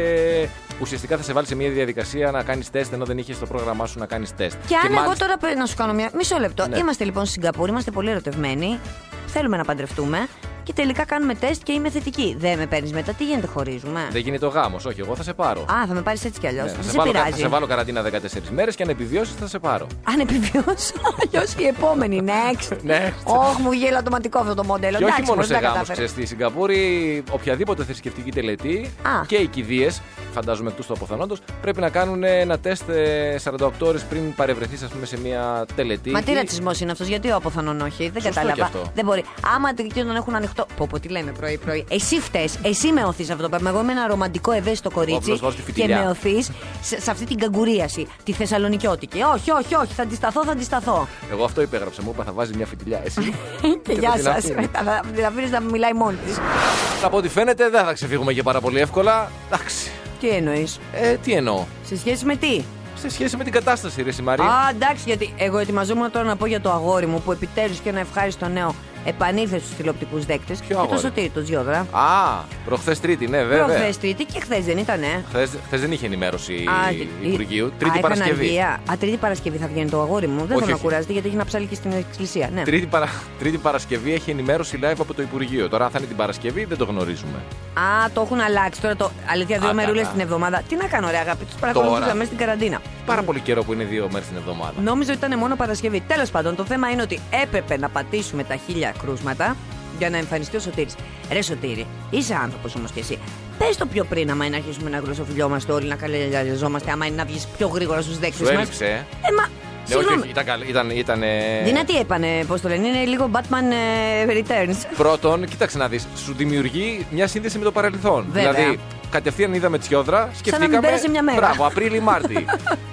[SPEAKER 3] ουσιαστικά θα σε βάλει σε μια διαδικασία να κάνεις τεστ ενώ δεν είχες στο πρόγραμμά σου να κάνεις τεστ.
[SPEAKER 2] Και αν εγώ
[SPEAKER 3] μάλιστα-
[SPEAKER 2] τώρα πρέπει να σου κάνω μια. Μισό λεπτό.
[SPEAKER 3] Ναι.
[SPEAKER 2] Είμαστε λοιπόν στη Σιγκαπούρη, είμαστε πολύ ερωτευμένοι. Θέλουμε να παντρευτούμε. Και τελικά κάνουμε τεστ και είμαι θετική. Δεν με παίρνεις μετά, τι γίνεται, χωρίζουμε.
[SPEAKER 3] Δεν γίνεται ο γάμος, όχι, εγώ θα σε πάρω.
[SPEAKER 2] Α, θα με πάρεις έτσι κι αλλιώς.
[SPEAKER 3] Ναι, θα,
[SPEAKER 2] δεν
[SPEAKER 3] σε
[SPEAKER 2] σε
[SPEAKER 3] βάλω, κα- θα
[SPEAKER 2] πειράζει.
[SPEAKER 3] σε βάλω καραντίνα 14 μέρες και αν επιβιώσεις θα σε πάρω.
[SPEAKER 2] Αν επιβιώσω, αλλιώς η επόμενη. Next.
[SPEAKER 3] Next.
[SPEAKER 2] Όχι, μου γέλα το ματικό αυτό το μοντέλο.
[SPEAKER 3] Ναι. Και όχι
[SPEAKER 2] Εντάξει,
[SPEAKER 3] μόνο
[SPEAKER 2] πώς
[SPEAKER 3] σε
[SPEAKER 2] τα
[SPEAKER 3] γάμου,
[SPEAKER 2] κατάφερα.
[SPEAKER 3] ξέρει. Στη Σιγκαπούρη, οποιαδήποτε θρησκευτική τελετή
[SPEAKER 2] Α.
[SPEAKER 3] και οι κηδείες, φαντάζομαι εκτός του αποθανόντος, πρέπει να κάνουν ένα τεστ ε, 48 ώρες πριν παρευρεθείς, ας πούμε, σε μια τελετή.
[SPEAKER 2] Μα τι
[SPEAKER 3] Ή-
[SPEAKER 2] ρατσισμός είναι αυτός, γιατί ο αποθανόν όχι, δεν
[SPEAKER 3] Σωστό κι
[SPEAKER 2] κατάλαβα.
[SPEAKER 3] αυτό.
[SPEAKER 2] Δεν μπορεί. Άμα την τον έχουν ανοιχτό. Πω, πω, τι λέμε πρωί-πρωί. Εσύ φτε, εσύ με οθείς αυτό το πράγμα. Εγώ είμαι ένα ρομαντικό ευαίσθητο κορίτσι
[SPEAKER 3] απλώς βάζω τη
[SPEAKER 2] και
[SPEAKER 3] φιτιλιά.
[SPEAKER 2] με οθείς σε, σε αυτή την καγκουρίαση, τη θεσσαλονικιώτικη. Όχι, όχι, όχι, θα αντισταθώ, θα αντισταθώ.
[SPEAKER 3] Εγώ αυτό υπέγραψα, μου είπα θα βάζει μια φιτιλιά. Εσύ.
[SPEAKER 2] και
[SPEAKER 3] θα
[SPEAKER 2] γεια
[SPEAKER 3] την
[SPEAKER 2] σα.
[SPEAKER 3] αφήνω.
[SPEAKER 2] Μετά θα την αφήνεις να μιλάει μόνη της.
[SPEAKER 3] Από ό,τι φαίνεται δεν θα ξεφύγουμε και πάρα πολύ εύκολα. Εντάξει.
[SPEAKER 2] Τι εννοείς,
[SPEAKER 3] Ε, τι εννοώ.
[SPEAKER 2] σε σχέση με τι.
[SPEAKER 3] Σε σχέση με την κατάσταση, ρε Σιμαρή.
[SPEAKER 2] Α, εντάξει, γιατί εγώ ετοιμαζόμουν τώρα να πω για το αγόρι μου που επιτέλους και ένα ευχάριστο νέο επανήλθες στους τηλεοπτικούς δέκτες. Και το
[SPEAKER 3] αγόρι?
[SPEAKER 2] σωτήρι, το Τζιόδρα.
[SPEAKER 3] Α, προχθές Τρίτη, ναι, βέβαια.
[SPEAKER 2] Προχθές Τρίτη και χθες δεν ήτανε.
[SPEAKER 3] Χθες δεν είχε ενημέρωση
[SPEAKER 2] Α,
[SPEAKER 3] Υπουργείου.
[SPEAKER 2] η-
[SPEAKER 3] Τρίτη
[SPEAKER 2] Α,
[SPEAKER 3] Παρασκευή.
[SPEAKER 2] είχαν αργία. Α, Τρίτη Παρασκευή θα βγαίνει το αγόρι μου. Δεν
[SPEAKER 3] Όχι,
[SPEAKER 2] θέλω να
[SPEAKER 3] όχι.
[SPEAKER 2] κουράζετε γιατί έχει να ψάλει και στην εκκλησία. Ναι.
[SPEAKER 3] Τρίτη, παρα... Τρίτη Παρασκευή έχει ενημέρωση live από το Υπουργείο. Τώρα, αν θα είναι την Παρασκευή, δεν το γνωρίζουμε.
[SPEAKER 2] Α, το έχουν αλλάξει τώρα το. Αλήθεια,
[SPEAKER 3] Α,
[SPEAKER 2] δύο μερούλε
[SPEAKER 3] καλά.
[SPEAKER 2] την εβδομάδα. Τι να κάνω, ρε αγάπη, τους
[SPEAKER 3] Τώρα.
[SPEAKER 2] παρακολουθούσα μέσα στην καραντίνα.
[SPEAKER 3] Πάρα πολύ καιρό που είναι δύο μέρες την εβδομάδα.
[SPEAKER 2] Νόμιζα ότι ήταν μόνο Παρασκευή. Τέλος πάντων, το θέμα είναι ότι έπρεπε να πατήσουμε τα χίλια κρούσματα για να εμφανιστεί ο Σωτήρης. Ρε Σωτήρη, είσαι άνθρωπος όμως κι εσύ. Πες το πιο πριν, άμα είναι να αρχίσουμε να γλωσσοφιλιόμαστε όλοι, να καλελιαζόμαστε, άμα είναι να βγεις πιο γρήγορα στους
[SPEAKER 3] Σου
[SPEAKER 2] δέκτε μας.
[SPEAKER 3] έλειψε. ε.
[SPEAKER 2] Ε, μα.
[SPEAKER 3] Ναι, όχι,
[SPEAKER 2] συγγνώμη.
[SPEAKER 3] όχι, ήταν, καλ- ήταν, ήταν, ε,
[SPEAKER 2] Δυνατή έπανε, πώς το λένε. Είναι λίγο Batman ε, Returns.
[SPEAKER 3] Πρώτον, κοίταξε να δεις, σου δημιουργεί μια σύνδεση με το παρελθόν.
[SPEAKER 2] Βέβαια.
[SPEAKER 3] Δηλαδή, κατευθείαν είδαμε Τσιόδρα, σκεφτήκαμε.
[SPEAKER 2] μην πέρασε μια μέρα.
[SPEAKER 3] Μπράβο, Απρίλη-Μάρτη.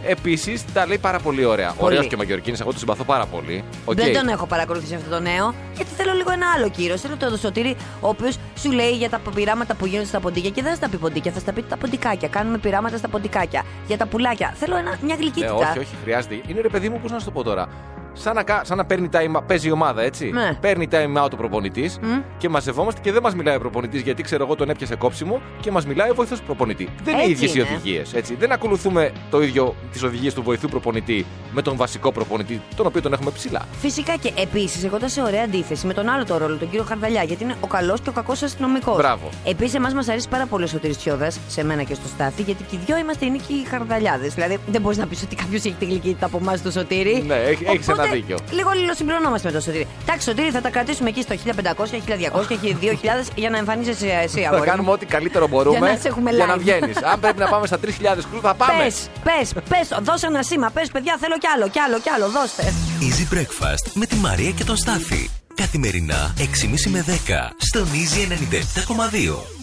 [SPEAKER 3] Επίσης, τα λέει πάρα πολύ ωραία.
[SPEAKER 2] Πολύ.
[SPEAKER 3] Ωραίος και ο Μαγιορκίνης, εγώ τον συμπαθώ πάρα πολύ. Οκ.
[SPEAKER 2] Δεν τον έχω παρακολουθήσει αυτό το νέο, γιατί θέλω λίγο ένα άλλο κύριο. Θέλω τον Σωτήρη, ο οποίος σου λέει για τα πειράματα που γίνονται στα ποντίκια και δεν θα στα πει ποντίκια, θα στα πει τα ποντικάκια. Κάνουμε πειράματα στα ποντικάκια. Για τα πουλάκια. Θέλω ένα, μια
[SPEAKER 3] Ναι,
[SPEAKER 2] γλυκύτητα.
[SPEAKER 3] όχι, όχι, χρειάζεται. Είναι ρε παιδί μου, πώς να σου το πω τώρα. Σαν να, κα- σαν να παίρνει time, out- παίζει η ομάδα, έτσι.
[SPEAKER 2] Ναι.
[SPEAKER 3] Παίρνει time out ο προπονητής
[SPEAKER 2] Μμ.
[SPEAKER 3] και μαζευόμαστε και δεν μας μιλάει ο προπονητής γιατί ξέρω εγώ τον έπιασε κόψιμο και μας μιλάει ο βοηθός προπονητή. Δεν είναι οι
[SPEAKER 2] Έτσι
[SPEAKER 3] ίδιες οι
[SPEAKER 2] είναι.
[SPEAKER 3] οδηγίες. Δεν ακολουθούμε το ίδιο τις οδηγίες του βοηθού προπονητή με τον βασικό προπονητή, τον οποίο τον έχουμε ψηλά.
[SPEAKER 2] Φυσικά και επίσης, εγώ ήταν σε ωραία αντίθεση με τον άλλο το ρόλο, τον κύριο Χαρδαλιά, γιατί είναι ο καλός και ο κακός αστυνομικός.
[SPEAKER 3] Μπράβο.
[SPEAKER 2] Επίσης, εμάς μας αρέσει πάρα πολύ ο Σωτήρης Τσιόδας, σε μένα και στο Στάθη, γιατί και οι δυο είμαστε νίκοι χαρδαλιάδες. Δηλαδή, δεν μπορείς να πεις ότι κάποιος έχει τη γλυκύτητα από εμά του Σωτήρη.
[SPEAKER 3] Ναι, έχ- έχεις
[SPEAKER 2] Οπότε,
[SPEAKER 3] ένα δίκιο.
[SPEAKER 2] Λίγο λιλοσυμπληρωνόμαστε με τον Σωτήρη. Εντάξει, Σωτήρη, θα τα κρατήσουμε εκεί στο 1500, 1200 και 2000 για να εμφανίζεσαι εσύ
[SPEAKER 3] Θα
[SPEAKER 2] αγόρι.
[SPEAKER 3] κάνουμε ό,τι καλύτερο μπορούμε
[SPEAKER 2] Για να σε έχουμε
[SPEAKER 3] για να
[SPEAKER 2] live.
[SPEAKER 3] βγαίνεις. Αν πρέπει να πάμε στα 3.000 κρούς, θα πάμε.
[SPEAKER 2] Πες, πες, πες, δώσε ένα σήμα. Πες, παιδιά, θέλω κι άλλο, κι άλλο, κι άλλο, δώστε.
[SPEAKER 1] Easy Breakfast με τη Μαρία και τον Στάφη. Καθημερινά 6.30 με 10 στον Easy 97.2.